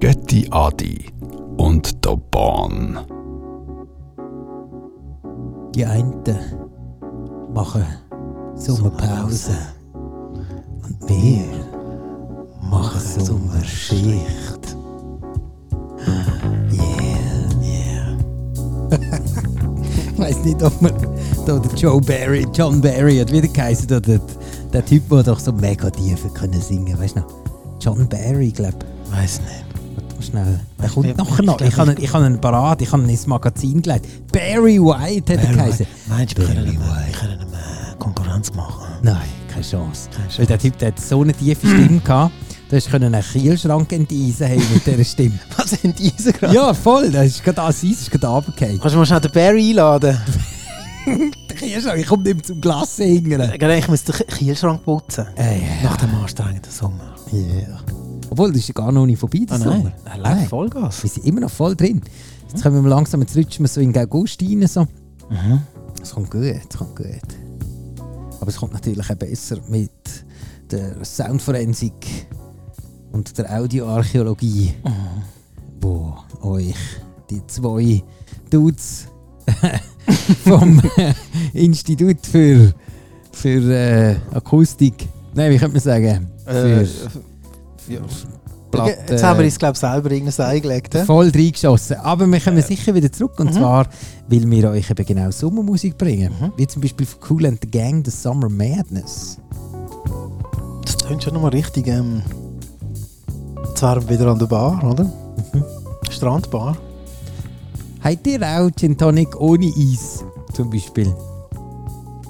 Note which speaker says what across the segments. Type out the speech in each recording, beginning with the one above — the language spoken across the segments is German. Speaker 1: Götti Adi und der Bahn.
Speaker 2: Die einen machen Sommerpause und wir machen Sommerschicht. Yeah. ich weiß nicht, ob man da der Joe Barry, John Barry hat wieder geheißen, oder der, der Typ, der doch so mega tief können singen, weißt du noch? John Barry, glaube
Speaker 3: Weiß nicht.
Speaker 2: Warte mal schnell. Der kommt
Speaker 3: ich-
Speaker 2: nachher
Speaker 3: ich
Speaker 2: noch.
Speaker 3: glaub,
Speaker 2: Ich habe
Speaker 3: ich-
Speaker 2: ihn, ich habe ihn parat, ich habe ihn ins Magazin gelegt. Barry White hat er geheißen.
Speaker 3: Meinst du, wir können
Speaker 2: Barry
Speaker 3: ihm, wir können ihm äh, Konkurrenz machen?
Speaker 2: Nein, keine Chance.
Speaker 3: Keine Chance.
Speaker 2: Weil der Typ der hat so eine tiefe Stimme gehabt, du hast können einen Kielschrank enteisen hey, mit dieser Stimme.
Speaker 3: Was sind diese gerade?
Speaker 2: ja, voll, das ist gerade das Eis, ist gerade runtergefallen.
Speaker 3: Kannst du mal schnell den Barry einladen?
Speaker 2: Der Kielschrank, ich komme nicht mehr zum Glas hingern.
Speaker 3: Gell, Ich muss den Ki- Kielschrank putzen.
Speaker 2: Ey,
Speaker 3: Nach dem anstrengenden Sommer.
Speaker 2: ja. Äh, Obwohl, das ist ja gar noch nicht vorbei, das Sommer.
Speaker 3: Ah, Er
Speaker 2: Ah, Nein.
Speaker 3: läuft Vollgas.
Speaker 2: Wir sind immer noch voll drin. Jetzt kommen wir langsam, jetzt rutschen wir so in den August rein. So.
Speaker 3: Mhm.
Speaker 2: Es kommt gut, es kommt gut. Aber es kommt natürlich auch besser mit der Soundforensik und der Audioarchäologie, wo euch die zwei Dudes vom Institut für, für äh, Akustik, nein, wie könnte man sagen, für
Speaker 3: Äh, ja. äh, Jetzt haben wir uns, glaube ich, selber irgendwas eingelegt. hä?
Speaker 2: Voll reingeschossen. Aber wir kommen sicher wieder zurück.
Speaker 3: Mhm.
Speaker 2: Und zwar, weil wir euch eben genau Sommermusik bringen. Wie zum Beispiel von Cool and the Gang, The Summer Madness.
Speaker 3: Das tönt schon nochmal richtig. Ähm, jetzt wären wir wieder an der Bar, oder? Mhm. Strandbar.
Speaker 2: Habt ihr auch Gin Tonic ohne Eis? Zum Beispiel.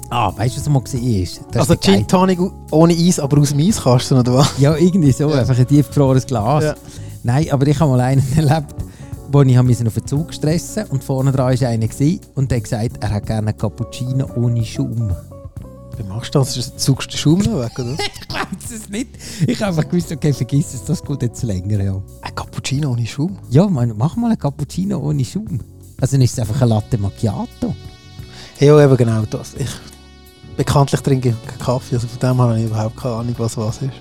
Speaker 2: Ah, weißt du, was mal gesehen ist?
Speaker 3: also Gin Tonic ohne Eis, aber aus dem Eiskasten, oder was?
Speaker 2: Ja, irgendwie so.
Speaker 3: Ja.
Speaker 2: Einfach ein tiefgefrorenes Glas.
Speaker 3: Ja.
Speaker 2: Nein, aber ich habe mal einen erlebt, wo ich habe müssen auf den Zug stressen und vorne dran war einer gewesen, und der hat gesagt, er hat gerne einen Cappuccino ohne Schaum.
Speaker 3: Wie machst du das? Ist- Zugst du den Schaum noch weg, oder?
Speaker 2: Ich weiß es nicht. Ich habe einfach gewusst, okay, vergiss es, das geht jetzt länger. Ja,
Speaker 3: Ein Cappuccino ohne Schaum?
Speaker 2: ja man, mach mal einen Cappuccino ohne Schaum. Also dann ist es einfach ein Latte Macchiato.
Speaker 3: Ja, eben genau das. Ich, bekanntlich trinke ich keinen Kaffee, also von dem habe ich überhaupt keine Ahnung, was was ist.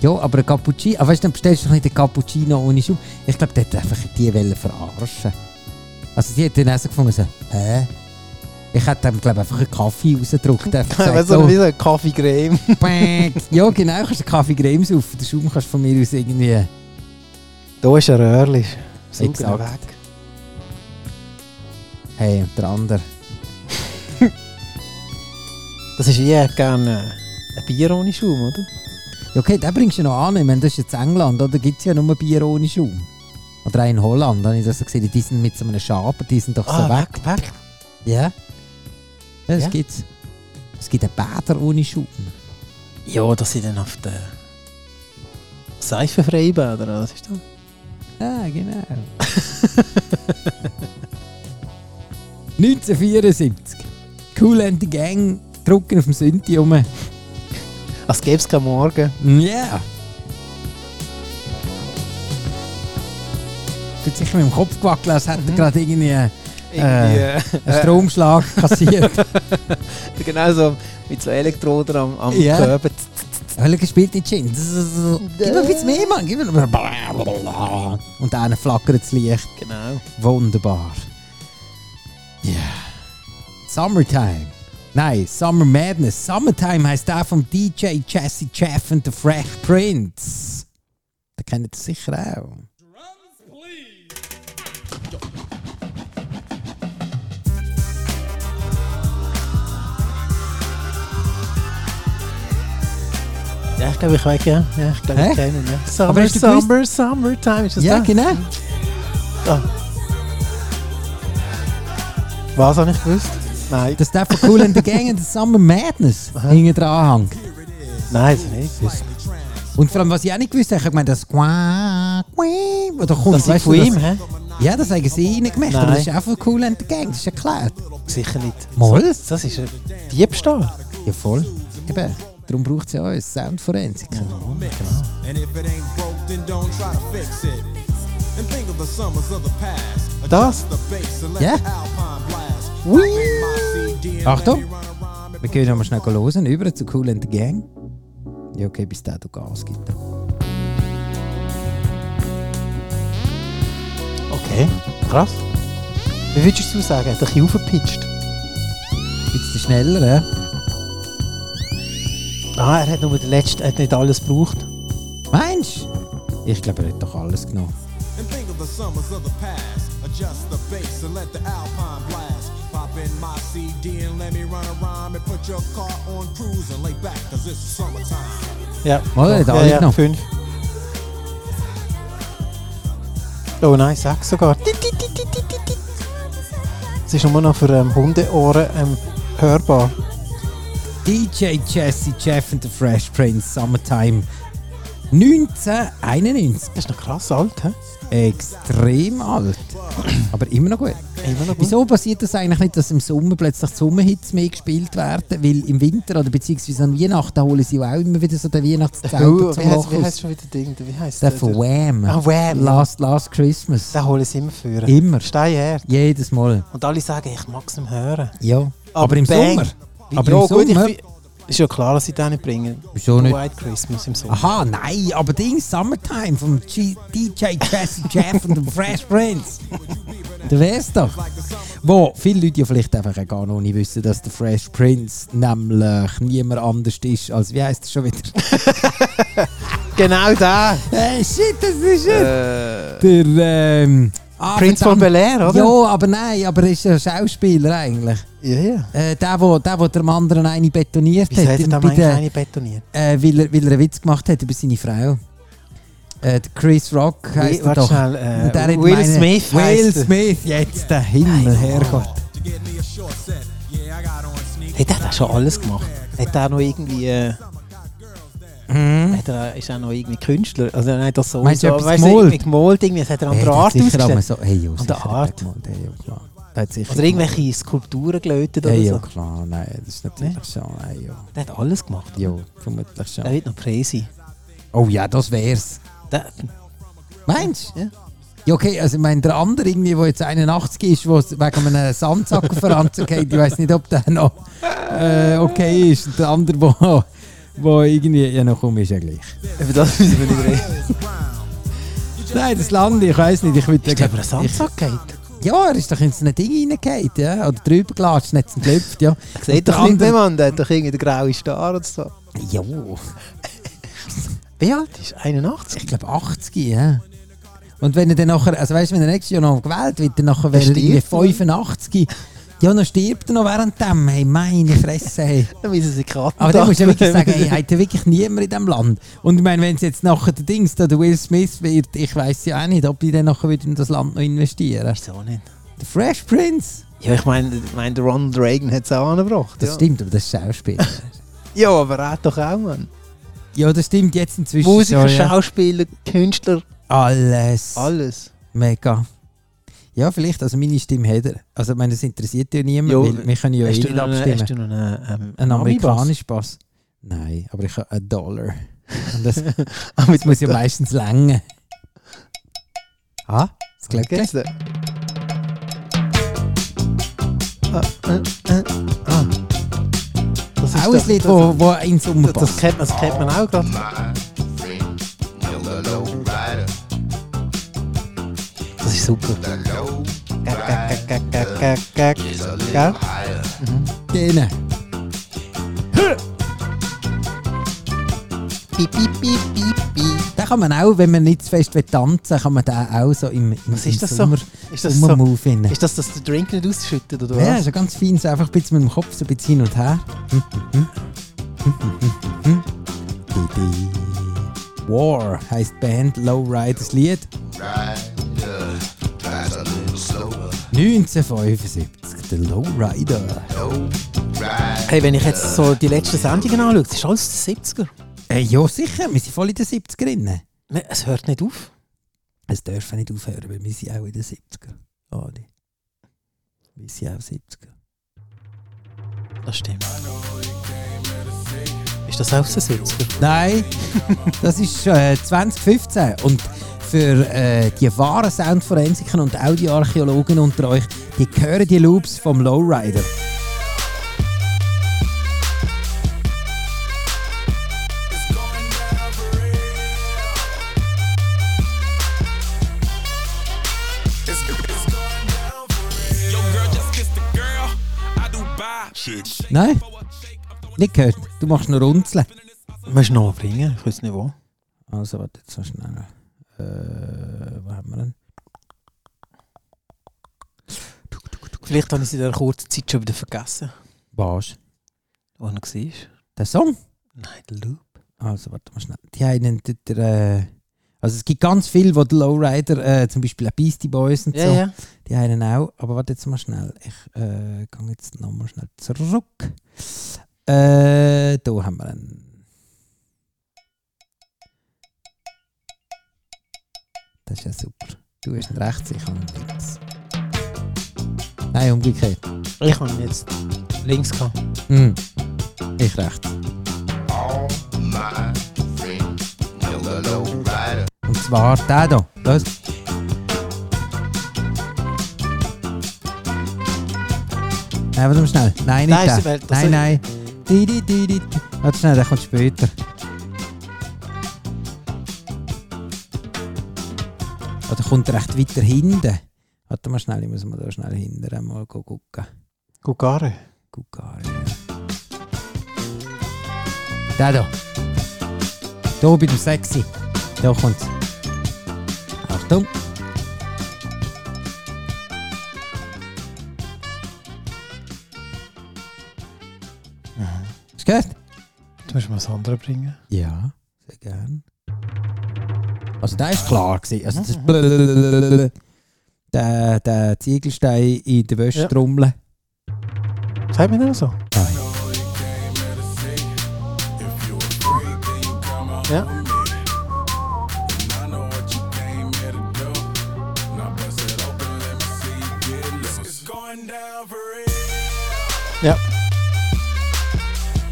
Speaker 2: Ja, aber ein Cappuccino. Aber weißt du, dann bestellst du doch nicht einen Cappuccino ohne Schaum. Ich glaube, der hat einfach die Welle verarschen. Also die hat dann auch so gefunden, so, hä? Ich hätte ihm, glaube einfach einen Kaffee rausgedrückt. einfach gesagt,
Speaker 3: Weißt du, wie so ein Kaffeecreme.
Speaker 2: bäng. ja, genau, kannst du einen Kaffee Grems auf. Den Schaum kannst du von mir aus irgendwie...
Speaker 3: Da ist ein Röhrlich. Saugen
Speaker 2: Exakt.
Speaker 3: weg.
Speaker 2: Hey, und der andere.
Speaker 3: Das ist eher gerne ein Bier ohne Schaum, oder?
Speaker 2: Ja, okay, den bringst du noch an. Ich meine, das ist jetzt England, oder? Da gibt es ja nur Bier ohne Schaum. Oder auch in Holland, da habe ich das so gesehen. Die sind mit so einem Schaber, die sind doch so weg.
Speaker 3: Ah, weg.
Speaker 2: Ja. ja das
Speaker 3: Ja.
Speaker 2: gibt's. Es gibt einen Bäder ohne Schaum.
Speaker 3: Ja, das sind dann auf den Seifenfreibäder, oder was ist das?
Speaker 2: Ah, genau. 1974. Cool and the Gang drucken auf dem Synthi rum.
Speaker 3: Als Also gäbe es keinen Morgen.
Speaker 2: Ja. Tut sicher mit dem Kopf gewackelt, als hätte er gerade irgendwie...
Speaker 3: Irgendwie,
Speaker 2: Mhm. Äh,
Speaker 3: äh,
Speaker 2: Ein Stromschlag kassiert.
Speaker 3: äh, genau so mit so Elektroden am, am
Speaker 2: Ja.
Speaker 3: Körper.
Speaker 2: Hölle gespielt in Gin. Gib mir ein bisschen mehr, Mann. Gib mir blablabla. Und dann flackert das Licht.
Speaker 3: Genau.
Speaker 2: Wunderbar. Ja. Summertime. Nein, Summer Madness. Summertime heisst der vom DJ Jesse Jeff und The Fresh Prince. Den kennt ihr sicher auch.
Speaker 3: Ja, ich glaube, ich weiß, ja. ja ich glaube,
Speaker 2: Hä?
Speaker 3: ich kenne ihn. Ja. Summer,
Speaker 2: Aber hast du gewusst-
Speaker 3: Summer, Summertime. Ist das
Speaker 2: Ja,
Speaker 3: das?
Speaker 2: genau.
Speaker 3: Was habe ich gewusst? Nein,
Speaker 2: Das ist der von Cool and the Gang und The Summer Madness. Hinten dran hängt.
Speaker 3: nein, das habe ich nicht gewusst.
Speaker 2: Und vor allem, was ich auch nicht gewusst habe, ich meine, das Quack, Quack, oder kommt,
Speaker 3: Das sind
Speaker 2: weißt du,
Speaker 3: von ihm, hä?
Speaker 2: Ja, das haben sie ihnen gemacht, aber
Speaker 3: Nein.
Speaker 2: das ist auch von Cool and the Gang, das ist ja klar.
Speaker 3: Sicher nicht.
Speaker 2: Mal.
Speaker 3: Das, das ist ein Diebstahl.
Speaker 2: Ja, voll. Eben, darum braucht es ja uns, Soundforensik.
Speaker 4: And if it ain't broke, then don't try to fix it. And think of the summers of the past. Adjust the bass and let
Speaker 2: Ja.
Speaker 4: the alpine blast.
Speaker 2: Achtung. Wir können nochmal schnell hören, über zu Cool and the Gang. Ja, okay, bis der da Gas gibt.
Speaker 3: Okay, krass. Wie würdest du sagen? Hat er ein bisschen aufgepitcht?
Speaker 2: Bisschen schneller, ja?
Speaker 3: Ah, er hat nur den letzten, er hat nicht alles gebraucht.
Speaker 2: Meinst du? Ich glaube, er hat doch alles genommen.
Speaker 4: And think of the summers of the past. Adjust the bass and let the alpine blast. Pop in my CD and let me run a rhyme and put your car on cruise and lay back, cause it's summertime.
Speaker 3: Ja.
Speaker 2: Mal, er hat
Speaker 3: ja,
Speaker 2: alles
Speaker 3: ja,
Speaker 2: genommen.
Speaker 3: fünf. Oh nein, sechs sogar. Tit, tit, tit, tit, tit, tit. Es ist nur noch für ähm, Hundeohren ähm, hörbar.
Speaker 2: DJ Jesse Jeff and the Fresh Prince Summertime 1991.
Speaker 3: Das ist noch krass alt, hä?
Speaker 2: Extrem alt. Aber immer noch gut.
Speaker 3: Immer noch gut.
Speaker 2: Wieso passiert das eigentlich nicht, dass im Sommer plötzlich die Sommerhits mehr gespielt werden? Weil im Winter oder beziehungsweise an Weihnachten holen sie ja auch immer wieder so den Weihnachtszauber
Speaker 3: Oh,
Speaker 2: zum
Speaker 3: wie heißt, wie
Speaker 2: Lachen.
Speaker 3: heißt schon wieder Ding? Wie heißt
Speaker 2: Der von Wham.
Speaker 3: Ah, Wham.
Speaker 2: Last, last Christmas.
Speaker 3: Den hole ich immer für.
Speaker 2: Immer.
Speaker 3: Stein her.
Speaker 2: Jedes Mal.
Speaker 3: Und alle sagen, ich mag es ihm hören.
Speaker 2: Ja. Aber, im
Speaker 3: bang.
Speaker 2: Sommer.
Speaker 3: Wie-
Speaker 2: Aber
Speaker 3: ja,
Speaker 2: im
Speaker 3: gut, ich
Speaker 2: Sommer.
Speaker 3: fi- ist ja klar, dass sie den nicht bringen.
Speaker 2: Wieso nicht?
Speaker 3: White Christmas im Sommer.
Speaker 2: Aha, nein, aber Ding Summertime vom G DJ Jesse Jeff und dem Fresh Prince. Du weißt doch. Wo viele Leute ja vielleicht einfach auch gar noch nicht wissen, dass der Fresh Prince nämlich niemand anders ist als, wie heißt er schon wieder?
Speaker 3: Genau da.
Speaker 2: Hey, Eh, shit, das ist er!
Speaker 3: Eh,
Speaker 2: Der, ähm... ah,
Speaker 3: Prince von
Speaker 2: verdammt.
Speaker 3: Bel-Air, oder?
Speaker 2: Ja, aber nein, aber er ist ja eh, Schauspieler eigentlich.
Speaker 3: Ja, ja.
Speaker 2: Äh, der, wo, der, wo dem anderen eine betoniert
Speaker 3: Wieso hat er da
Speaker 2: bei
Speaker 3: eigentlich
Speaker 2: der-
Speaker 3: eine betoniert?
Speaker 2: äh, weil, er, weil er einen Witz gemacht hat über seine Frau. Äh, der Chris Rock heisst er
Speaker 3: Warte
Speaker 2: doch.
Speaker 3: schnell, äh,
Speaker 2: Und der hat
Speaker 3: Will
Speaker 2: meine-
Speaker 3: Smith
Speaker 2: Will
Speaker 3: heisst er.
Speaker 2: Smith, jetzt der Himmel, Herrgott.
Speaker 4: To get me a short set. Yeah, I got on sneakers.
Speaker 3: Hat er da schon alles gemacht? Hat er noch irgendwie... Äh, hat er, ist er noch irgendwie Künstler? Also nein, das so.
Speaker 2: Meinst du,
Speaker 3: so,
Speaker 2: etwas
Speaker 3: weißt
Speaker 2: gemalt?
Speaker 3: irgendwie gemalt irgendwie. Das hat er an der Art
Speaker 2: sicher auch mal
Speaker 3: ausgestellt.
Speaker 2: so, hey, jo, sicher
Speaker 3: der
Speaker 2: hat er
Speaker 3: Art.
Speaker 2: gemalt, hey, jo, klar. Der hat sicher
Speaker 3: Oder irgendwelche Skulpturen gelötet
Speaker 2: gemalt.
Speaker 3: oder
Speaker 2: Hey, ja,
Speaker 3: so.
Speaker 2: klar, nein, das ist natürlich schon, hey, jo.
Speaker 3: Der hat alles gemacht.
Speaker 2: Jo, vermutlich
Speaker 3: Der
Speaker 2: schon.
Speaker 3: wird noch crazy.
Speaker 2: Oh ja, das wär's.
Speaker 3: Der,
Speaker 2: Meinst du?
Speaker 3: Ja.
Speaker 2: Ja, okay, also ich meine, der andere, irgendwie, der jetzt 81 ist, der wegen einem Sandsack verranzt geht, ich weiß nicht, ob der noch äh, okay ist. Und der andere, der wo irgendwie, ja, noch komm, ist ja gleich.
Speaker 3: über das müssen wir nicht reden.
Speaker 2: Nein, das Land, ich weiß nicht, ich würde
Speaker 3: Ist der über einen Sandsack geht?
Speaker 2: Ja, er ist doch in so ein Ding reingefallen, ja. Oder drüber gelatscht, hat es ihn geklopft, ja.
Speaker 3: Seht
Speaker 2: Und der
Speaker 3: doch nicht
Speaker 2: andere-
Speaker 3: mehr, Mann. Der hat doch irgendwie den grauen Star oder so.
Speaker 2: Jo,
Speaker 3: Wie alt ist? 81?
Speaker 2: ich glaube 80, ja. Und wenn er dann nachher, also weißt du, wenn er nächstes Jahr noch gewählt wird, dann nachher wäre er
Speaker 3: stirbt
Speaker 2: irgendwie
Speaker 3: er.
Speaker 2: 85. Ja, dann stirbt er noch während dem, hey, meine Fresse, hey.
Speaker 3: Dann müssen sie Karten
Speaker 2: Aber dann musst du ja wirklich
Speaker 3: abnehmen.
Speaker 2: sagen, hey, hat ja wirklich niemand in diesem Land. Und ich meine, wenn es jetzt nachher der Dings, da der Will Smith wird, ich weiß ja auch nicht, ob die dann nachher wieder in das Land noch investieren.
Speaker 3: Wieso nicht?
Speaker 2: Der Fresh Prince.
Speaker 3: Ja, ich meine, ich meine, der Ronald Reagan hat es auch angebracht.
Speaker 2: Das
Speaker 3: ja.
Speaker 2: stimmt, aber das ist Schauspiel.
Speaker 3: Ja, aber er hat doch auch, Mann.
Speaker 2: ja, das stimmt jetzt inzwischen.
Speaker 3: Musiker,
Speaker 2: schon, ja.
Speaker 3: Schauspieler, Künstler,
Speaker 2: Alles.
Speaker 3: alles.
Speaker 2: Mega. Ja, vielleicht, also meine Stimme hat er. Also ich meine, das interessiert ja niemand,
Speaker 3: Jo,
Speaker 2: weil wir können ja eh
Speaker 3: hast,
Speaker 2: nicht
Speaker 3: du noch einen,
Speaker 2: abstimmen.
Speaker 3: hast du noch einen, ähm,
Speaker 2: Ein
Speaker 3: Ami-Bass?
Speaker 2: amerikanischer Bass? Nein, aber ich habe einen Dollar. Und das,
Speaker 3: Ah, mit
Speaker 2: das muss ja meistens länger. Ah, das Glöckchen.
Speaker 3: Geht's denn? Ah, äh, äh, ah. Das ist
Speaker 2: Auch ein Lied,
Speaker 3: das,
Speaker 2: wo, wo in Sommer
Speaker 3: das, das,
Speaker 2: passt.
Speaker 3: kennt man, das kennt man auch gerade. Das ist super. Gack, gack, gack, gack, gack, gack. Gell?
Speaker 2: Genau.
Speaker 3: Piep, piep, piep, piep, piep.
Speaker 2: Den kann man auch, wenn man nicht zu fest will tanzen kann man den auch so im, im,
Speaker 3: Was ist
Speaker 2: im
Speaker 3: das so?
Speaker 2: Sommer,
Speaker 3: Ist das so?
Speaker 2: Sommermove finden.
Speaker 3: Ist das, dass der Drink nicht ausschüttet oder
Speaker 2: Ja,
Speaker 3: was?
Speaker 2: so ganz fein, so einfach ein bisschen mit dem Kopf so ein bisschen hin und her. Hm, hm, hm. Hm, hm, hm, hm. Di, di. War heisst die Band Lowriders Lied. 1975, der Lowrider.
Speaker 3: Hey, wenn ich jetzt so die letzten Sendungen anschaue, das ist alles den 70er.
Speaker 2: Äh, ja, sicher, wir sind voll in den 70ern.
Speaker 3: Ne, Es hört nicht auf.
Speaker 2: Es dürfen nicht aufhören, weil wir sind auch in den 70ern. Alle. Wir sind auch 70er.
Speaker 3: Das stimmt. Ist das auch aus den 70er?
Speaker 2: Nein, das ist äh, 2015 und für äh, die wahren Soundforensiker und Audioarchäologen unter euch, die hören die Loops vom Lowrider.
Speaker 5: It's
Speaker 2: Nein? Nicht gehört. Du machst noch Runzeln.
Speaker 3: Musst du noch mal bringen? Ich weiß nicht wo.
Speaker 2: Also, warte, jetzt noch schnell. Äh, wo haben wir denn?
Speaker 3: Vielleicht habe ich sie in dieser kurzen Zeit schon wieder vergessen.
Speaker 2: Was?
Speaker 3: Wo er noch war.
Speaker 2: Der Song?
Speaker 3: Nein, der Loop.
Speaker 2: Also, warte mal schnell. Die einen, der, der, äh, also es gibt ganz viele, wo die Lowrider, äh, zum Beispiel auch Beastie Boys und so,
Speaker 3: ja.
Speaker 2: die einen auch. Aber warte jetzt mal schnell. Ich äh, gehe jetzt nochmal schnell zurück. Äh, da haben wir einen. Das ist ja super. Du hast ihn rechts, ich habe ihn links. Nein, umgekehrt.
Speaker 3: Ich habe ihn jetzt links gehabt.
Speaker 2: Hm. Ich rechts. Und zwar der hier. Das. Nein, warte mal schnell. Nein,
Speaker 3: Nein, ist
Speaker 2: nicht
Speaker 3: die
Speaker 2: der.
Speaker 3: Welt, das
Speaker 2: Nein, nein. Di, di, di, di. Warte schnell, der kommt später. Oder kommt recht weiter hinten. Warte mal schnell, ich muss mal da schnell hinten mal gucken.
Speaker 3: Gugare.
Speaker 2: Gugare. Der hier. Hier bei dem Sexy. Da kommt's. Achtung. Hast du gehört?
Speaker 3: Du musst mir das andere bringen.
Speaker 2: Ja, sehr gern. Also der ist klar gewesen. Also das blablabla. der, der Ziegelstein in der
Speaker 3: Ja.
Speaker 2: Wäschtrommel.
Speaker 3: Sag mir das so. Ja. Ja.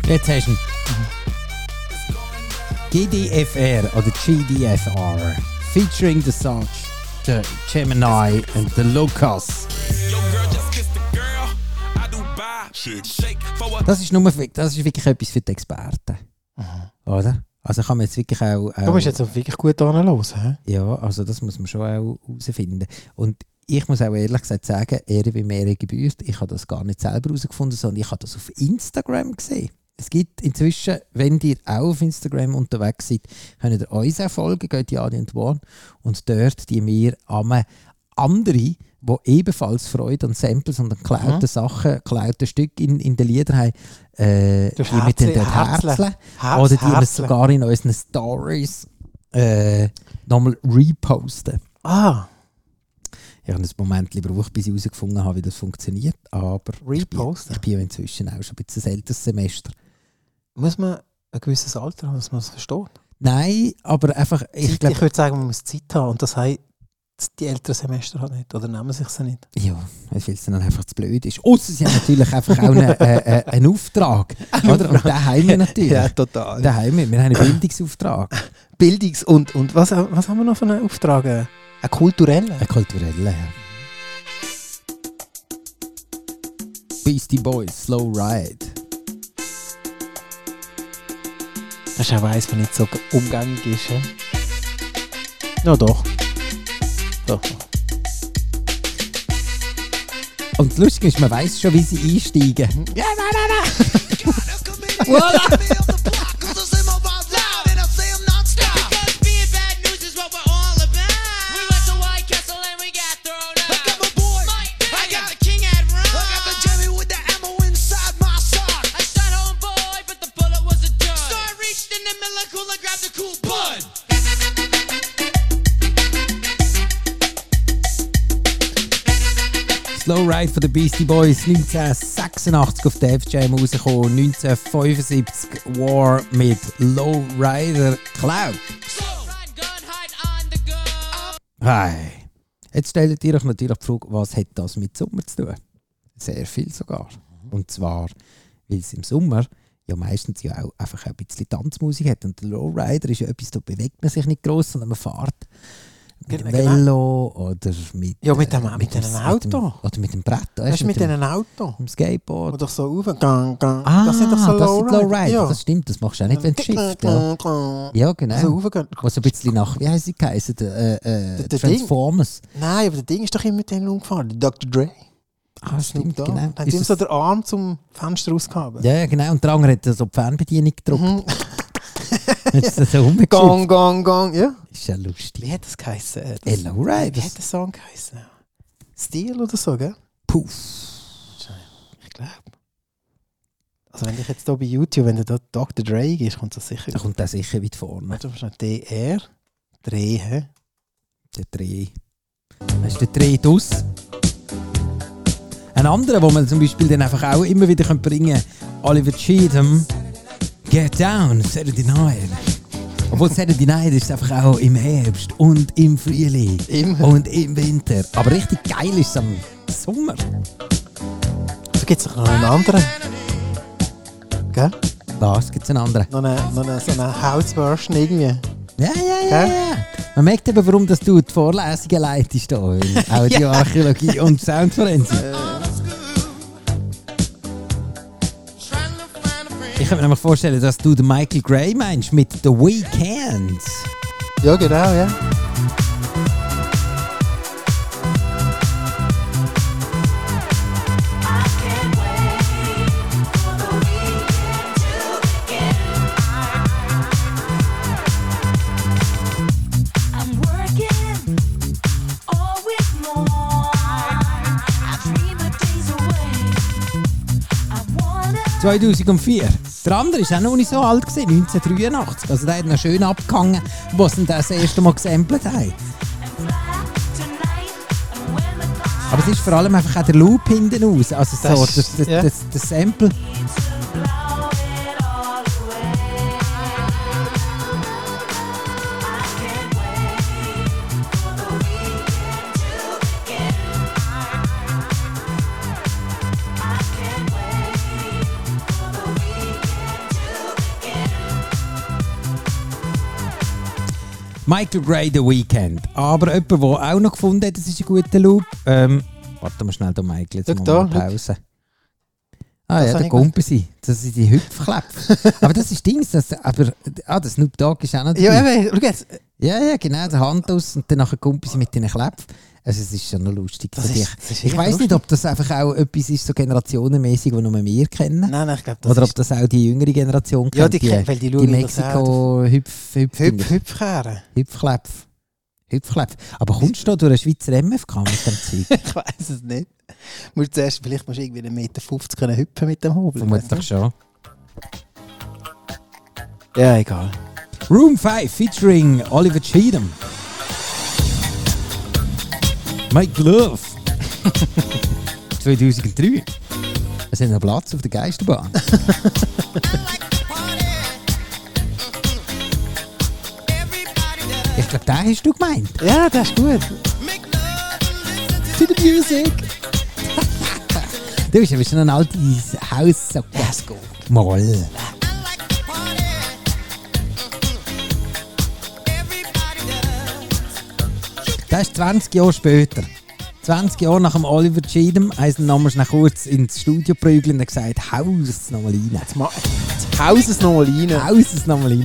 Speaker 2: Jetzt hast du ihn. GDFR oder GDFR featuring the Sarge, the Gemini and the Lucas. Das ist, nur für, das ist wirklich etwas für die Experten.
Speaker 3: Mhm.
Speaker 2: Oder? Also kann man jetzt wirklich auch.
Speaker 3: Du
Speaker 2: auch
Speaker 3: musst jetzt auch wirklich gut anhören. hä?
Speaker 2: ja, also das muss man schon auch herausfinden. Und ich muss auch ehrlich gesagt sagen, Ehre wie Ehre gebührt. Ich habe das gar nicht selber herausgefunden, sondern ich habe das auf Instagram gesehen. Es gibt inzwischen, wenn ihr auch auf Instagram unterwegs seid, könnt ihr uns auch folgen, geht die Adi und One und dort die mir am andere, die ebenfalls Freude an Samples und an geklauten
Speaker 3: Mhm.
Speaker 2: Sachen, geklauten Stücken in, in den Liedern haben, äh, die
Speaker 3: Das
Speaker 2: mit den dort
Speaker 3: Herzle-
Speaker 2: Herzeln
Speaker 3: Herz-
Speaker 2: oder die uns
Speaker 3: Herzle.
Speaker 2: sogar in unseren Stories äh, nochmal reposten.
Speaker 3: Ah,
Speaker 2: Ich habe ein Moment gebraucht, bis ich herausgefunden habe, wie das funktioniert. Aber ich bin,
Speaker 3: reposten.
Speaker 2: ich bin ja inzwischen auch schon ein bisschen ein älteres Semester.
Speaker 3: Muss man ein gewisses Alter haben, dass man das versteht?
Speaker 2: Nein, aber einfach, ich
Speaker 3: Zeit-
Speaker 2: glaube,
Speaker 3: ich würde sagen, man muss Zeit haben. Und das haben die älteren Semester halt nicht. Oder nehmen sich sie nicht.
Speaker 2: ja, weil es dann einfach zu blöd ist. Außer sie haben natürlich einfach auch einen, äh, äh, einen Auftrag. Oder? Und den haben wir natürlich.
Speaker 3: total.
Speaker 2: Den haben wir. Wir haben einen Bildungsauftrag.
Speaker 3: Bildungs- und, und was, was haben wir noch für einen Auftrag? Äh, Einen kulturellen?
Speaker 2: Einen kulturellen. Äh, ja. Beastie Boys, Slow Ride.
Speaker 3: Das ist auch eins, der nicht so umgänglich ist. hä? Ja, doch. Doch.
Speaker 2: Und das Lustige ist, man weiß schon, wie sie einsteigen.
Speaker 3: Ja, nein, nein, nein!
Speaker 2: Slow Ride von den Beastie Boys 1986 auf der FJM rausgekommen, 1975 War mit Low Rider Cloud. Hey. Jetzt stellt ihr euch natürlich die Frage, was hat das mit Sommer zu tun? Sehr viel sogar.
Speaker 3: Mhm.
Speaker 2: Und zwar, weil es im Sommer ja meistens ja auch einfach auch ein bisschen Tanzmusik hat. Und der Lowrider ist ja etwas, da bewegt man sich nicht gross, sondern man fährt mit dem
Speaker 3: Genau, genau.
Speaker 2: Velo oder mit,
Speaker 3: Ja, mit dem-
Speaker 2: äh, mit
Speaker 3: mit einem
Speaker 2: dem-
Speaker 3: Auto.
Speaker 2: Oder mit dem Brett.
Speaker 3: Das ist mit
Speaker 2: dem,
Speaker 3: einem Auto.
Speaker 2: dem Skateboard.
Speaker 3: Oder doch so rauf. Gang, gang.
Speaker 2: Ah,
Speaker 3: das sind doch so
Speaker 2: das sind
Speaker 3: Lowrider.
Speaker 2: Lowrider.
Speaker 3: Ja.
Speaker 2: Das stimmt, das machst du auch nicht, wenn du schiffst. Ja.
Speaker 3: Gang, gang, gang.
Speaker 2: ja, genau.
Speaker 3: So raufgehen.
Speaker 2: Was ein bisschen nach, wie heisst sie geheißen? Äh, äh,
Speaker 3: Also, Der- der Ding.
Speaker 2: Transformers.
Speaker 3: Nein, aber das Ding ist doch immer mit denen umgefahren. Der Dr. Dre.
Speaker 2: Ah, stimmt,
Speaker 3: da.
Speaker 2: genau.
Speaker 3: Hat ihm
Speaker 2: Ist
Speaker 3: so
Speaker 2: es-
Speaker 3: den Arm zum Fenster rausgehauen.
Speaker 2: Ja, ja, genau. Und der andere hat so die Fernbedienung gedruckt.
Speaker 3: Mhm.
Speaker 2: Jetzt ist er so umgekippt.
Speaker 3: Gong, gong, gong. Ja.
Speaker 2: Ist ja lustig.
Speaker 3: Wie hat das geheißen? Äh, Das,
Speaker 2: Ella
Speaker 3: wie hat
Speaker 2: Rivers.
Speaker 3: der Song geheißen? Stil oder so, gell?
Speaker 2: Puff.
Speaker 3: Ich glaube. Also wenn ich jetzt hier bei YouTube, wenn der da Dr. Dre ist, kommt das sicher.
Speaker 2: Da kommt der sicher weit vorne.
Speaker 3: Warte mal schnell. DR. Dre, hä?
Speaker 2: Der Dreh. Weißt du, der Dreh aus. Ein anderer, den man zum Beispiel dann einfach auch immer wieder bringen kann, Oliver Cheatham. Get down, Saturday Night. Obwohl Saturday Night ist einfach auch im Herbst und im Frühling
Speaker 3: Immer.
Speaker 2: und im Winter. Aber richtig geil ist es am Sommer.
Speaker 3: So gibt es doch noch einen anderen. Gell?
Speaker 2: Was gibt es einen anderen?
Speaker 3: Noch eine, noch eine, so eine House-Version irgendwie.
Speaker 2: Ja, ja, ja,
Speaker 3: Gell?
Speaker 2: ja. Man merkt eben, warum dass du die Vorlesungen leitest hier. weil Auch die Archäologie und Soundforensik.
Speaker 3: Äh.
Speaker 2: Ich kann mir nämlich vorstellen, dass du den Michael Gray meinst mit The Weeknd.
Speaker 3: Ja, genau, ja.
Speaker 5: So
Speaker 2: 2004. Der andere ist auch noch nicht so alt, gewesen, 1983. Also der hat noch schön abgehangen, was sie ihn das erste Mal gesampelt haben. Aber es ist vor allem einfach auch der Loop hinten raus. Also
Speaker 3: Das-
Speaker 2: so, das, das,
Speaker 3: ja.
Speaker 2: das, das Sample. Michael Gray The Weekend. Aber jemand, der auch noch gefunden hat, das ist ein guter Loop. Ähm, warte mal schnell, da Michael, jetzt
Speaker 3: Schau
Speaker 2: machen
Speaker 3: da,
Speaker 2: wir mal Pause. Ah ja,
Speaker 3: Das
Speaker 2: der
Speaker 3: hab ich gemacht.
Speaker 2: Kumpel sein. Das sind die Hüpfkläpfe. aber das ist Dings, das, aber ah, der Snoop Dogg ist auch noch dabei.
Speaker 3: Ja, eben, schau jetzt.
Speaker 2: Ja, ja, genau, der Hand aus und dann nachher Kumpel sie mit den Kläpfen. Also es ist schon noch lustig.
Speaker 3: Das
Speaker 2: für
Speaker 3: ist-
Speaker 2: dich.
Speaker 3: das ist
Speaker 2: ich
Speaker 3: echt
Speaker 2: weiß nicht,
Speaker 3: lustig.
Speaker 2: ob das einfach auch etwas ist, so generationenmäßig, das nur wir kennen.
Speaker 3: Nein, nein, ich glaube, das
Speaker 2: Oder
Speaker 3: ist...
Speaker 2: ob das auch die jüngere Generation
Speaker 3: Ja, die
Speaker 2: kennt.
Speaker 3: kennt, weil die
Speaker 2: die,
Speaker 3: schauen das auch. Hüpf,
Speaker 2: Mexiko-Hüpf-Hüpf.
Speaker 3: Hüpfkehren.
Speaker 2: Hüpfklepf. Hüpfklepf. Aber kommst du da durch den Schweizer MFK mit dem Zeug?
Speaker 3: Ich weiß es nicht. Musst zuerst, vielleicht musst du irgendwie 1,50 Meter können hüpfen mit dem Hobel.
Speaker 2: Vermutlich schon.
Speaker 3: Ja, egal.
Speaker 2: Room 5 featuring Oliver Cheatham. Make Love. 2003. Wir sind noch Platz auf der Geisterbahn. Ich glaube, den hast du gemeint.
Speaker 3: Ja, das ist gut.
Speaker 2: To the music. du bist ja schon ein altes Haus. So. Let's go. Moll. Das ist 20 Jahre später. 20 Jahre nach dem Oliver Cheatham haben sie ihn nochmals nach kurz ins Studio prügeln und gesagt, haus es nochmal rein.
Speaker 3: Jetzt, ma- jetzt haus es nochmal rein.
Speaker 2: Haus es nochmal rein.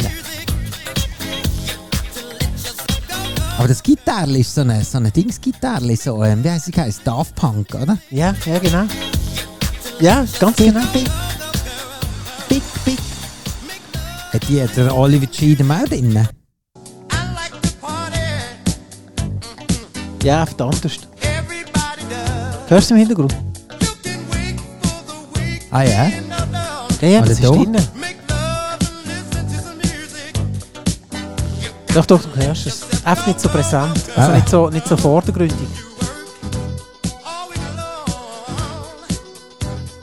Speaker 2: Aber das Gitarre ist so eine, so eine Dingsgitarre, so, ähm, wie heisst sie heisst? Daft Punk, oder?
Speaker 3: Ja, ja, genau. Ja, ganz genau.
Speaker 2: Big, big. Hat die hat der Oliver Cheatham auch drin?
Speaker 3: Ja, verdammt. Hörst du im Hintergrund?
Speaker 2: Ah ja?
Speaker 3: Ja, ja, das ist
Speaker 2: Oder da?
Speaker 3: drin. Doch, doch, du hörst es. Einfach nicht so präsent. Also
Speaker 2: Ah.
Speaker 3: nicht so, nicht so vordergründig.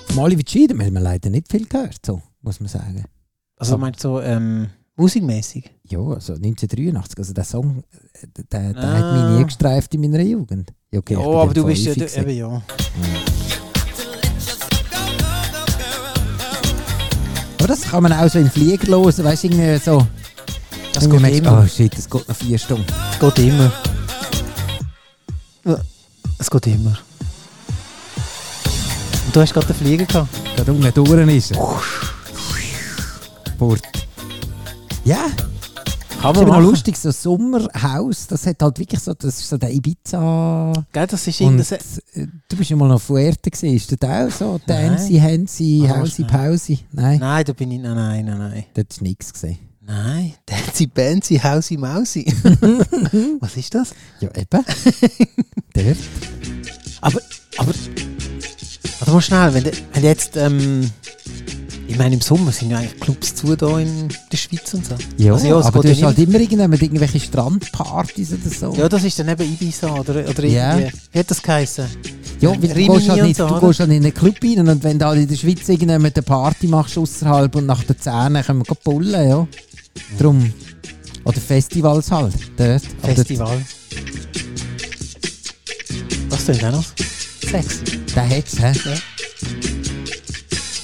Speaker 2: Vom Oliver Cheatham hat man leider nicht viel gehört, so, muss man sagen.
Speaker 3: Also du meinst so ähm, musikmäßig?
Speaker 2: Ja, also 1983, also der Song, äh, der, der
Speaker 3: Ah.
Speaker 2: hat mich nie gestreift in meiner Jugend. Ja, okay, ich bin
Speaker 3: oh, aber
Speaker 2: dann
Speaker 3: du bist ja...
Speaker 2: voll
Speaker 3: Du,
Speaker 2: häufig gewesen.
Speaker 3: eben, ja.
Speaker 2: Aber das kann man auch so im Flieger hören, weißt du, irgendwie so.
Speaker 3: Das
Speaker 2: Irgendwie
Speaker 3: geht
Speaker 2: merkst du,
Speaker 3: immer.
Speaker 2: Oh shit, das geht noch vier Stunden.
Speaker 3: Es geht immer. Ja, Es geht immer. Und du hast gerade den Flieger gehabt.
Speaker 2: Da unten durch ist er. Fort. Ja,
Speaker 3: Kann
Speaker 2: ist
Speaker 3: man
Speaker 2: aber noch
Speaker 3: machen.
Speaker 2: lustig, so Sommerhaus, das hat halt wirklich so, das ist so der Ibiza.
Speaker 3: Gell, das ist
Speaker 2: Und,
Speaker 3: irgendein...
Speaker 2: äh, du bist ja mal noch Fuerte gesehen, ist das auch so? Dancy, Hansi,
Speaker 3: Ah,
Speaker 2: Hausi,
Speaker 3: nein.
Speaker 2: Pausi? Nein,
Speaker 3: Nein, da bin ich... Nein, nein, nein, nein.
Speaker 2: dort ist nichts gesehen.
Speaker 3: Nein, Dancy Bancy Hausi Mausi. Was ist das?
Speaker 2: Ja, eben. dort.
Speaker 3: Aber, aber... Warte mal schnell, wenn, de- wenn jetzt... Ähm, ich meine, im Sommer sind ja eigentlich Clubs zu da in der Schweiz und so.
Speaker 2: Ja,
Speaker 3: Also es
Speaker 2: aber
Speaker 3: geht
Speaker 2: du hast
Speaker 3: ja
Speaker 2: halt
Speaker 3: nicht-
Speaker 2: immer irgendjemand irgendwelche Strandpartys oder so.
Speaker 3: Ja, das ist dann eben Ibiza oder, oder
Speaker 2: Ja.
Speaker 3: irgendwie... Wie hat das geheissen?
Speaker 2: Ja, weil du
Speaker 3: Rimini
Speaker 2: gehst, halt
Speaker 3: und
Speaker 2: nicht,
Speaker 3: so,
Speaker 2: du
Speaker 3: oder?
Speaker 2: gehst halt in einen Club rein und wenn du halt in der Schweiz irgendjemand eine Party machst außerhalb und nach der 10 können wir gleich pullen, ja. Drum. Oder Festivals halt, dort. Aber dort-
Speaker 3: Festival. Was denn da noch?
Speaker 2: Sex. Der Hex, hä?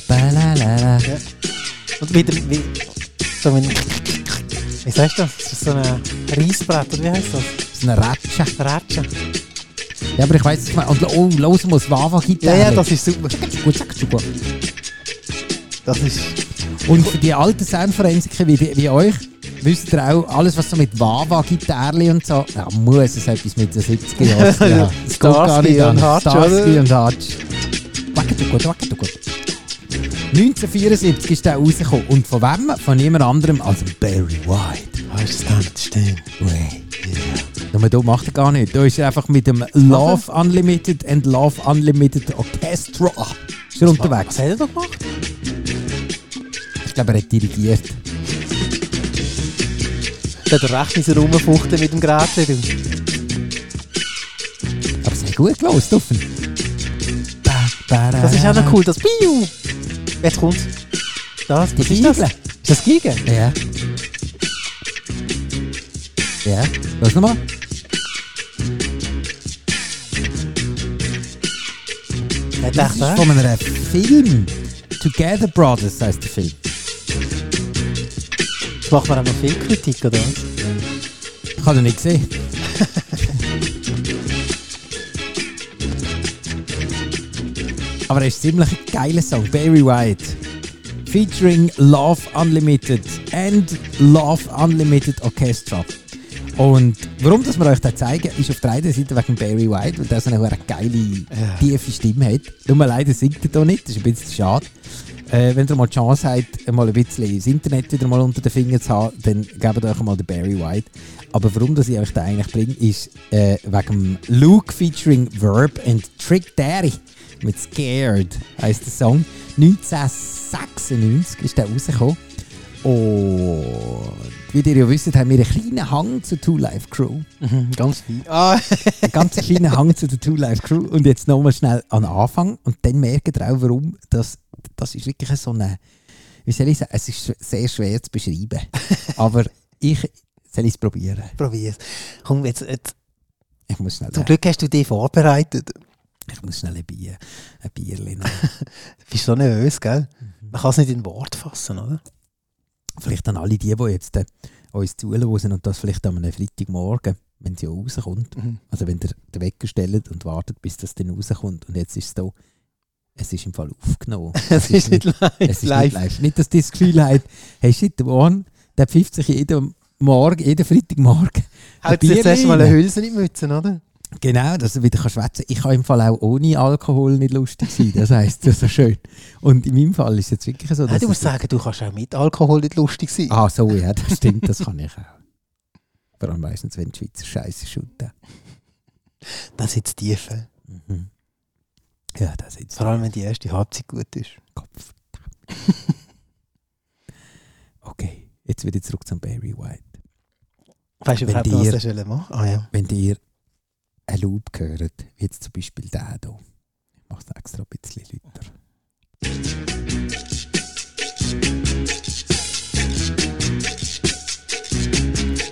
Speaker 2: Balalala.
Speaker 3: Und wieder... Wie, so ein... Wie sagst du das? Ist das so ein Reisbrett oder wie heißt das?
Speaker 2: So eine Ratsche.
Speaker 3: Ratschen.
Speaker 2: Ja, aber ich weiss nicht mehr. Und oh, los muss Wawa-Gitarre.
Speaker 3: Ja, ja, das ist super.
Speaker 2: Gut, sag schon gut.
Speaker 3: Das ist...
Speaker 2: Und für die alten Soundforensiker wie, die- wie euch, wisst ihr auch, alles was so mit Wawa-Gitarre und so, ja, muss es etwas mit den 70er Jahren zu tun haben. Das geht gar
Speaker 3: Starsky
Speaker 2: nicht
Speaker 3: und
Speaker 2: an.
Speaker 3: Hutch,
Speaker 2: Starsky
Speaker 3: oder?
Speaker 2: und Hutch. Wackelt gut, wackelt gut. 1974 ist der rausgekommen. Und von wem? Von niemand anderem als Barry White.
Speaker 3: Weißt du, das kann nicht stehen.
Speaker 2: Way. Nur da macht er gar nicht. Da ist er einfach mit dem Love Unlimited and Love Unlimited Orchestra ist er
Speaker 3: Was
Speaker 2: unterwegs.
Speaker 3: hat er da gemacht?
Speaker 2: Ich glaube, er hat dirigiert.
Speaker 3: Der hat recht in rumfuchten mit dem Grätchen. du.
Speaker 2: Aber es hat gut gelaufen, Duffen.
Speaker 3: Das
Speaker 2: Ah.
Speaker 3: ist auch noch cool, das Biu! Jetzt kommt das.
Speaker 2: Die
Speaker 3: Was ist das?
Speaker 2: Giggel.
Speaker 3: Ist das Giga?
Speaker 2: Ja. Ja, los nochmal.
Speaker 3: Er hat
Speaker 2: Das
Speaker 3: echt
Speaker 2: ist
Speaker 3: da.
Speaker 2: von einem Film. Together Brothers heißt der Film.
Speaker 3: Das macht man auch noch viel Kritik, oder? was?
Speaker 2: Ich habe ihn nicht gesehen. Aber er ist ziemlich ein geiler Song. Barry White. Featuring Love Unlimited and Love Unlimited Orchestra. Und warum dass wir euch das zeigen, ist auf der einen Seite wegen Barry White, weil der so eine hure geile, tiefe Stimme hat. Nur leider singt er da nicht, das ist ein bisschen schade. Äh, wenn ihr mal die Chance habt, mal ein bisschen das Internet wieder mal unter den Fingern zu haben, dann gebt euch mal den Barry White. Aber warum dass ich euch den eigentlich bringe, ist äh, wegen dem Luke featuring Verb and Trick Daddy mit Scared heisst der Song. 1996 ist der rausgekommen. Und wie ihr ja wisst, haben wir einen kleinen Hang zur Two Life Crew.
Speaker 3: Ganz viel. Ah,
Speaker 2: Einen ganz kleinen Hang zu der Two Life Crew. Und jetzt nochmal schnell an den Anfang. Und dann merkt ihr auch, warum das, das ist wirklich so eine. Wie soll ich sagen? Es ist sehr schwer zu beschreiben. Aber ich soll es probieren.
Speaker 3: probier's. Komm, jetzt, jetzt.
Speaker 2: Ich muss schnell,
Speaker 3: Zum Glück hast du dich vorbereitet.
Speaker 2: ich muss schnell ein Bier, ein Bierchen nehmen.
Speaker 3: Du bist so nervös, gell?
Speaker 2: Mhm.
Speaker 3: Man kann es nicht in Wort fassen, oder?
Speaker 2: Vielleicht an alle die, die jetzt äh, uns zuhören und das vielleicht an einem Freitagmorgen, wenn sie rauskommt.
Speaker 3: Mhm.
Speaker 2: Also wenn ihr den Wecker stellt und wartet, bis das dann rauskommt. Und jetzt ist es da. Es ist im Fall aufgenommen.
Speaker 3: Es ist nicht live.
Speaker 2: Es ist nicht live. Nicht, dass die das Gefühl hat, hey shit, der One, der pfeift sich jeden Morgen, jeden Freitagmorgen. ein
Speaker 3: Haut jetzt
Speaker 2: Bier
Speaker 3: erst mal
Speaker 2: rein.
Speaker 3: eine Hülse in die Mütze, oder?
Speaker 2: Genau, dass er wieder kann schwätzen Ich kann im Fall auch ohne Alkohol nicht lustig sein. Das heisst, das ist so schön. Und in meinem Fall ist es jetzt wirklich so,
Speaker 3: Nein,
Speaker 2: dass...
Speaker 3: du musst
Speaker 2: es-
Speaker 3: sagen, du kannst auch mit Alkohol nicht lustig sein.
Speaker 2: ah, so, ja, das stimmt, das kann ich auch. Vor allem meistens, wenn die Schweizer Scheiße schütten.
Speaker 3: Das ist jetzt tief. hä?
Speaker 2: Mhm. Ja, das ist jetzt
Speaker 3: Vor allem, wenn die erste Halbzeit gut ist.
Speaker 2: Kopf. Okay, jetzt wieder zurück zum Barry White.
Speaker 3: Weißt du
Speaker 2: Wenn
Speaker 3: überhaupt, noch, was
Speaker 2: dir-
Speaker 3: der Schelle macht? Ah ja.
Speaker 2: wenn ihr einen Loop hört, wie jetzt zum Beispiel der hier. Ich mache es extra ein bisschen lauter.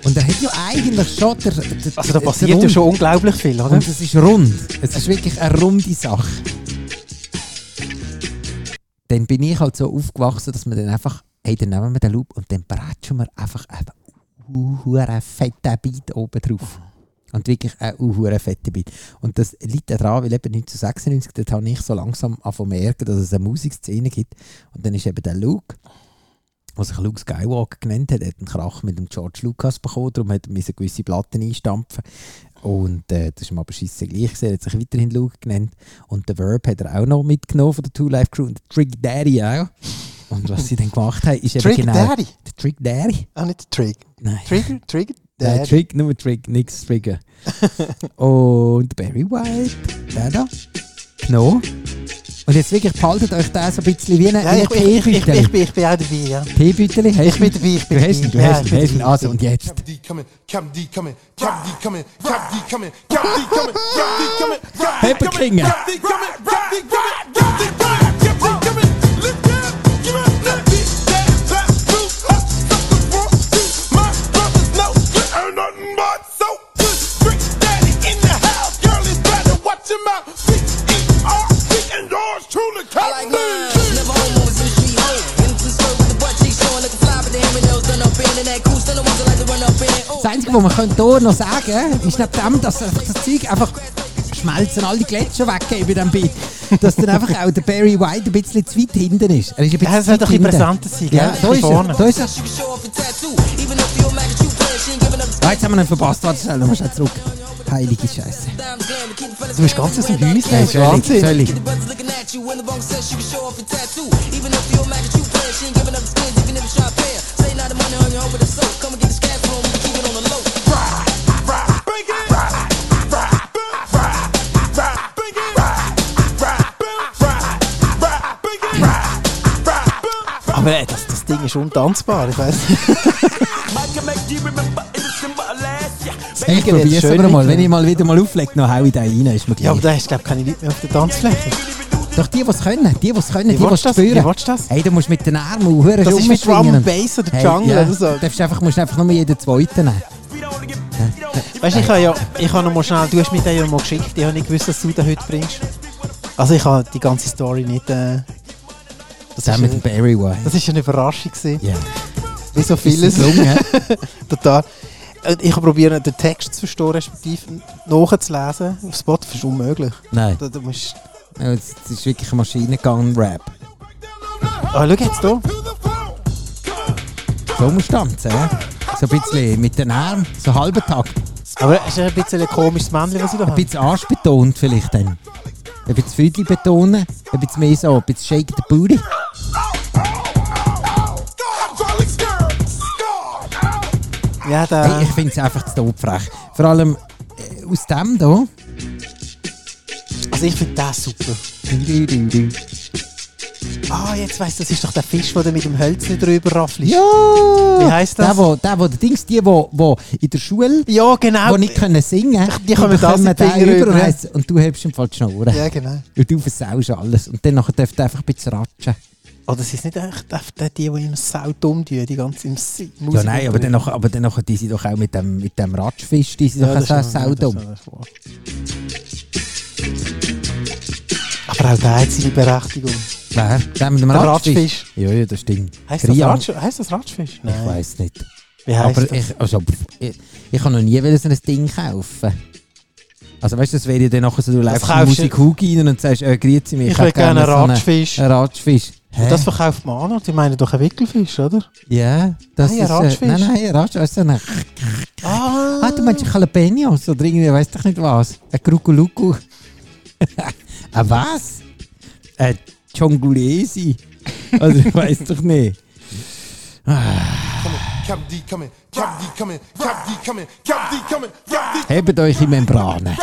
Speaker 2: Und er hat ja eigentlich schon... Der, der,
Speaker 3: Also da
Speaker 2: der-
Speaker 3: passiert ja
Speaker 2: rund.
Speaker 3: schon unglaublich viel, oder?
Speaker 2: Und es ist rund. Es ist wirklich eine runde Sache. Dann bin ich halt so aufgewachsen, dass man dann einfach, hey, dann nehmen wir den Loop und dann bratschen wir einfach einen huere fetten Beat oben drauf. Und wirklich einen huere fetten Beat. Und das liegt daran, weil eben 1996, dort habe ich so langsam angefangen zu merken, dass es eine Musikszene gibt. Und dann ist eben der Luke was sich Luke Skywalker genannt hat, hat einen Krach mit dem George Lucas bekommen, darum hat er müssen gewisse Platten einstampfen. Und äh, das ist ihm aber scheisse gleich gewesen, er hat sich weiterhin Luke genannt. Und den Verb hat er auch noch mitgenommen von der Two Life Crew und der Trick Daddy auch. Und was sie dann gemacht haben, ist eben
Speaker 3: Trick
Speaker 2: genau...
Speaker 3: Daddy.
Speaker 2: Der Trick Daddy?
Speaker 3: Ah, nicht Trick.
Speaker 2: Nein.
Speaker 3: Trigger, Trigger
Speaker 2: Nein,
Speaker 3: Daddy.
Speaker 2: Äh, Trick, nur Trick, nichts Trigger. und Barry White, der da. Genau. Und jetzt wirklich behaltet euch das so ein bisschen wie ein
Speaker 3: Ja, ich, ich, ich, ich, bin- ich, bin- ich bin auch dabei, ja.
Speaker 2: Teebüteli,
Speaker 3: Ich bin dabei, ich bin
Speaker 2: Du hast ihn,
Speaker 3: dabei.
Speaker 2: du
Speaker 3: Ja,
Speaker 2: hast
Speaker 3: ich
Speaker 2: ihn,
Speaker 3: bin
Speaker 2: du hast ihn.
Speaker 3: dabei,
Speaker 2: Also
Speaker 3: ich
Speaker 2: und
Speaker 3: bin
Speaker 2: jetzt.
Speaker 4: Cap D coming, Cap D coming, Cap D coming, Cap D coming, Cap D coming, Cap D coming, Cap D
Speaker 2: Pepper
Speaker 4: coming,
Speaker 2: King.
Speaker 4: Cap D coming, Cap D coming, Cap D coming, Cap D coming. Look down, you must not be that fat fool. I suck the wrong dude. My brothers know you ain't nothing but so good. Trick daddy in the house, girl, you better watch him out. C-E-R-T E and yours truly, Cap
Speaker 6: I like
Speaker 4: D.
Speaker 6: mine. Never homeowners in the street hoe. In the store with the butt cheeks showing looking fly, but the hammer nails done up in. And that cool still the ones that like to run up in. Ooh.
Speaker 2: Das Einzige, was man könnte hier noch sagen ist neben dem, dass einfach das Zeug einfach schmelzen alle Gletscher weg bei diesem Beat. Dass dann einfach auch der Barry White ein bisschen zu weit hinten ist. Er ist ein bisschen
Speaker 3: Ja,
Speaker 2: zu
Speaker 3: das soll
Speaker 2: weit
Speaker 3: doch ein bisschen
Speaker 2: hinten.
Speaker 3: brisanter sein, gell?
Speaker 2: Ja,
Speaker 3: Ein
Speaker 2: da ist
Speaker 3: bisschen
Speaker 2: er,
Speaker 3: vorne.
Speaker 2: da ist er.
Speaker 6: She can show off a tattoo. Even if you're mad at you playing, she ain't giving up the
Speaker 2: Ah, jetzt haben wir ihn verpasst, warte schnell, du musst auch zurück. Heilige Scheiße.
Speaker 6: dimes glamour. Keep the fellas
Speaker 3: Du bist ganz aus dem Häuschen,
Speaker 2: Ja,
Speaker 3: das ist
Speaker 2: völlig,
Speaker 3: Wahnsinn.
Speaker 2: völlig.
Speaker 6: Get the brothers looking at you when the bone says she can show off a tattoo. Even if you're mad at you playing, she ain't giving up the skins. Even if you try to pay her. Say not the money on your own with the soap. Come and get this cash room, we keep it on the low.
Speaker 3: Aber äh, das, das Ding ist untanzbar, ich weiss nicht.
Speaker 2: Ich
Speaker 3: Jetzt
Speaker 2: probiere es
Speaker 3: schön
Speaker 2: aber mal. Wenn
Speaker 3: mitnehmen.
Speaker 2: ich mal wieder mal auflege, noch hau ich den rein. Ist mir
Speaker 3: Ja, aber
Speaker 2: gleich.
Speaker 3: da hast du, glaube ich, keine Leute mehr auf der Tanzfläche.
Speaker 2: Doch die, die es können, die, die es können, die,
Speaker 3: Wie
Speaker 2: die es
Speaker 3: willst du das? Wie
Speaker 2: spüren.
Speaker 3: willst du das?
Speaker 2: Hey, du musst mit den Armen und Huren
Speaker 3: Das ist wie
Speaker 2: rumschwingen.
Speaker 3: Drum and Bass oder
Speaker 2: Hey,
Speaker 3: Jungle
Speaker 2: ja.
Speaker 3: oder so.
Speaker 2: Darfst einfach, musst einfach nur jeden zweiten nehmen.
Speaker 3: Weißt du, ich habe ja, ich habe noch mal schnell, du hast mir den ja mal geschickt, ich habe nicht gewusst, dass du den heute bringst. Also ich habe die ganze Story nicht, äh, das,
Speaker 2: Zusammen mit dem
Speaker 3: ist eine,
Speaker 2: Barry White.
Speaker 3: das ist eine Überraschung gewesen,
Speaker 2: Ja.
Speaker 3: wie so
Speaker 2: Ist
Speaker 3: vieles,
Speaker 2: es gelungen?
Speaker 3: total. Äh, Ich habe probiert, den Text zu verstehen, respektive nachzulesen. Auf Spotify ist unmöglich.
Speaker 2: Nein.
Speaker 3: Da, da musst,
Speaker 2: Ja, Es es ist wirklich ein Maschinengang-Rap.
Speaker 3: ah, schau jetzt hier.
Speaker 2: So musst du tanzen, ja? So ein bisschen mit den Armen, so halben Takt.
Speaker 3: Aber es ist ein bisschen ein komisches Männchen, was ich da
Speaker 2: Ein
Speaker 3: habe.
Speaker 2: bisschen Arsch betont vielleicht dann. Ein bisschen Füdli betonen, ein bisschen mehr so, ein bisschen shake the booty.
Speaker 3: Ja,
Speaker 2: Hey,
Speaker 3: der,
Speaker 2: ich finde es einfach zu todfrech. Vor allem äh, aus dem hier.
Speaker 3: also ich finde den super. Ah, jetzt weiss, das ist doch der Fisch, der mit dem Hölzchen drüber raffelt.
Speaker 2: Ja!
Speaker 3: Wie heisst das?
Speaker 2: Der, wo, der, wo, der Dings, die, wo, wo in der Schule
Speaker 3: ja genau.
Speaker 2: wo nicht können singen können,
Speaker 3: die kommen das in die Finger
Speaker 2: und,
Speaker 3: rüber.
Speaker 2: heisst, und du hebst im Fall die Schnur.
Speaker 3: Ja, genau.
Speaker 2: Und du versaust alles. Und dann nachher dürft ihr einfach ein bisschen ratschen.
Speaker 3: Oh, das ist nicht echt die, die, die immer sau dumm tun, die ganze im Musik.
Speaker 2: Ja, nein, aber dann, nachher, aber dann nachher, die sind doch auch mit dem, mit dem Ratschfisch, die sind doch auch sau dumm.
Speaker 3: Aber auch der hat seine Berechtigung.
Speaker 2: Wer? Der mit dem
Speaker 3: Der
Speaker 2: Ratschfisch?
Speaker 3: Ratschfisch.
Speaker 2: Ja, ja, das stimmt.
Speaker 3: Heißt das,
Speaker 2: Triangel-
Speaker 3: Ratsch, heisst das Ratschfisch? Nein.
Speaker 2: Ich weiß nicht.
Speaker 3: Wie heisst
Speaker 2: Aber
Speaker 3: das?
Speaker 2: ich, also, pff, ich, ich habe noch nie wollen, so ein Ding kaufen. Also weißt du, das wäre ja dann nachher so, du läufst in
Speaker 3: kaufst
Speaker 2: Musik rein und sagst, äh, grüezi mich,
Speaker 3: Ich will
Speaker 2: hätte
Speaker 3: gerne
Speaker 2: so einen-
Speaker 3: Ratschfisch.
Speaker 2: einen Ratschfisch. Hä?
Speaker 3: Und das verkauft man an, oder? die meinen doch einen Wickelfisch, oder?
Speaker 2: ja, das
Speaker 3: Nein, ein
Speaker 2: ist...
Speaker 3: Ratschfisch.
Speaker 2: Äh, nein, nein, ein Ratschfisch. Also ein,
Speaker 3: Ah,
Speaker 2: ah, du meinst Jalapenos oder irgendwie, weiss doch nicht was. Ein Krukuluku. ein Ah, was? Ein Chongulesi. Also ich weiss doch nicht.
Speaker 4: Cap D coming, Cap D coming, Cap D coming, Cap D coming, Cap D
Speaker 2: Hebt eure Membranen.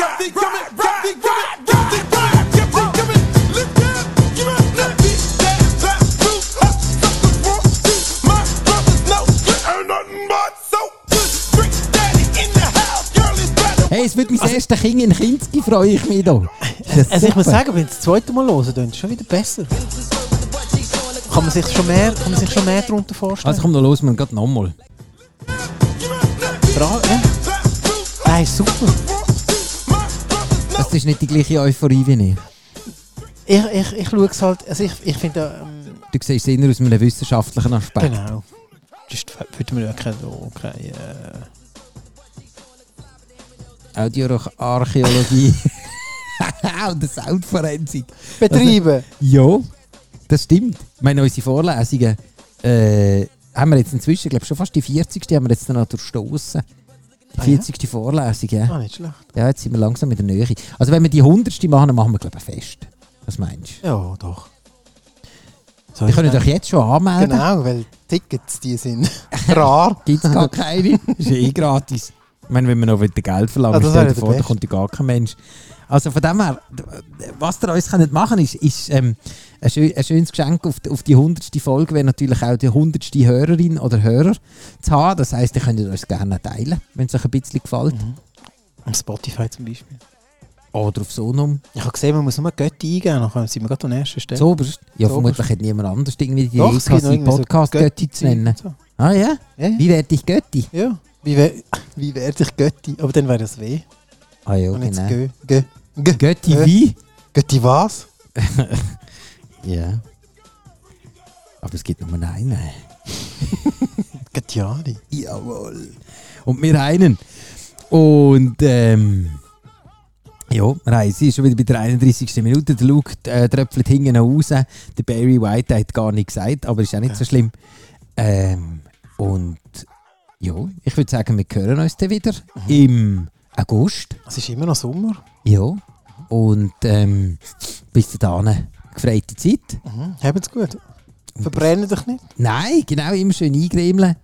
Speaker 2: Hey, es würde mein erstes Kind in Kinski freue ich mich da.
Speaker 3: also ich muss sagen, wenn du das zweite Mal hören, dann ist es schon wieder besser. Kann man sich schon mehr, kann man sich schon mehr darunter vorstellen?
Speaker 2: Also komm noch los, man geht nochmal.
Speaker 3: Bra ja. Nein, Ah, super.
Speaker 2: Das ist nicht die gleiche Euphorie wie ich.
Speaker 3: Ich, ich, ich schaue es halt, also ich, ich finde, ähm,
Speaker 2: Du siehst es immer aus einem wissenschaftlichen Aspekt.
Speaker 3: genau. Sonst würde man ja keine, keine äh,
Speaker 2: Audioarchäologie. Und der Soundforensik.
Speaker 3: betreiben.
Speaker 2: Ja, das stimmt. Ich meine, unsere Vorlesungen äh, haben wir jetzt inzwischen, glaube ich, schon fast die 40. haben wir jetzt dann noch durchstoßen. Die
Speaker 3: Ah,
Speaker 2: 40. Vorlesung, ja.
Speaker 3: Ah, nicht schlecht.
Speaker 2: Ja, jetzt sind wir langsam in der Nähe. Also wenn wir die 100. machen, dann machen wir, glaube ich, ein Fest. Was meinst
Speaker 3: Ja, doch.
Speaker 2: du?
Speaker 3: Soll
Speaker 2: Wir
Speaker 3: ich
Speaker 2: können
Speaker 3: sagen?
Speaker 2: doch jetzt schon anmelden.
Speaker 3: Genau, weil Tickets, die sind rar.
Speaker 2: Gibt es gar keine. ist eh gratis. Ich meine, wenn wir noch wieder Geld verlangen,
Speaker 3: Ah, das
Speaker 2: stell dir
Speaker 3: wäre der
Speaker 2: vor, da
Speaker 3: Beste.
Speaker 2: kommt ja gar kein Mensch. Also von dem her, d- was ihr uns könnt machen ist, ist ähm, ein, schö ein schönes Geschenk auf, die- auf die 100. Folge wäre natürlich auch die 100. Hörerin oder Hörer zu haben. Das heisst, ihr könnt uns gerne teilen, wenn es euch ein bisschen gefällt.
Speaker 3: Mhm. Am Spotify zum Beispiel.
Speaker 2: Oder auf Sonum.
Speaker 3: Ich habe gesehen, man muss nur Götti eingeben, dann sind wir gerade an der ersten Stelle.
Speaker 2: Zoberst. Ja,
Speaker 3: Zoberst.
Speaker 2: vermutlich hat niemand anders irgendwie die
Speaker 3: Doch,
Speaker 2: Idee
Speaker 3: es gibt
Speaker 2: gehabt,
Speaker 3: noch
Speaker 2: seinen
Speaker 3: irgendwie so
Speaker 2: Podcast Götti zu nennen.
Speaker 3: So.
Speaker 2: Ah ja?
Speaker 3: Ja, ja.
Speaker 2: Wie werde ich Götti?
Speaker 3: ja. Wie, wär, wie wär dich Götti? Aber dann wäre das W.
Speaker 2: Ah ja,
Speaker 3: Und jetzt
Speaker 2: genau.
Speaker 3: Gö. Gö. Gö.
Speaker 2: Götti
Speaker 3: Äh.
Speaker 2: wie?
Speaker 3: Götti was?
Speaker 2: Ja. Aber es gibt nur einen.
Speaker 3: Göttiani.
Speaker 2: Jawohl. Und wir einen. Und ähm, ja, nein, sie ist schon wieder bei der 31. Minute. Der Luke äh, tröpfelt hinten noch raus. Der Barry White hat gar nichts gesagt, aber ist auch nicht so schlimm. Ähm, und ja, ich würde sagen, wir hören uns dann wieder im August.
Speaker 3: Es ist immer noch Sommer.
Speaker 2: Ja. Und ähm, bis dahin, gefreite Zeit.
Speaker 3: Mhm. Habt's gut. Verbrenne dich nicht.
Speaker 2: Nein, genau, immer schön eingremeln.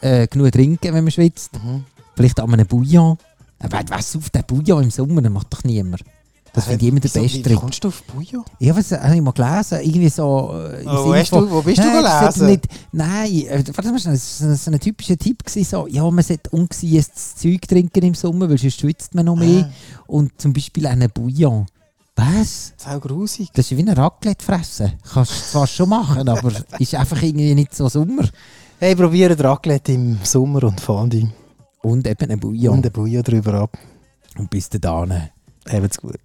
Speaker 2: Äh, genug trinken, wenn man schwitzt.
Speaker 3: Mhm.
Speaker 2: Vielleicht an einem Bouillon. Aber was auf den Bouillon im Sommer, das macht doch niemand. Das findet immer der
Speaker 3: Äh, Wieso,
Speaker 2: beste
Speaker 3: Wie
Speaker 2: Trick.
Speaker 3: kommst du auf Bujo?
Speaker 2: Ja, was äh, habe ich mal gelesen? Irgendwie so. Äh, im
Speaker 3: Oh, wo
Speaker 2: Sinne
Speaker 3: hast
Speaker 2: von-
Speaker 3: du- wo bist du
Speaker 2: Nein, das
Speaker 3: gelesen?
Speaker 2: sollte Nicht, nein, äh, warte mal, schnell, das war so ein typischer Tipp. Gewesen, so, ja, man sollte ungesiedes Zeug trinken im Sommer, weil sonst schwitzt man noch mehr. Und zum Beispiel einen Bouillon. Was?
Speaker 3: Sau grusig.
Speaker 2: Das ist wie ein Raclette fressen. Kannst du zwar schon machen, aber ist einfach irgendwie nicht so Sommer.
Speaker 3: Hey, probiere Raclette im Sommer und Fondue.
Speaker 2: Und eben ein Bouillon.
Speaker 3: Und den Bujo drüber ab.
Speaker 2: Und bis dahin.
Speaker 3: Habt's gut.